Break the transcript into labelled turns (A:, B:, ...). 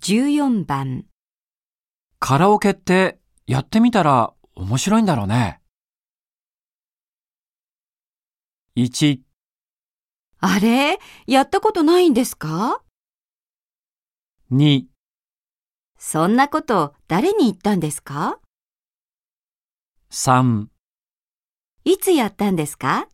A: 14番、
B: カラオケってやってみたら面白いんだろうね。1、
A: あれやったことないんですか
B: 2、
A: そんなこと誰に言ったんですか
B: 3
A: いつやったんですか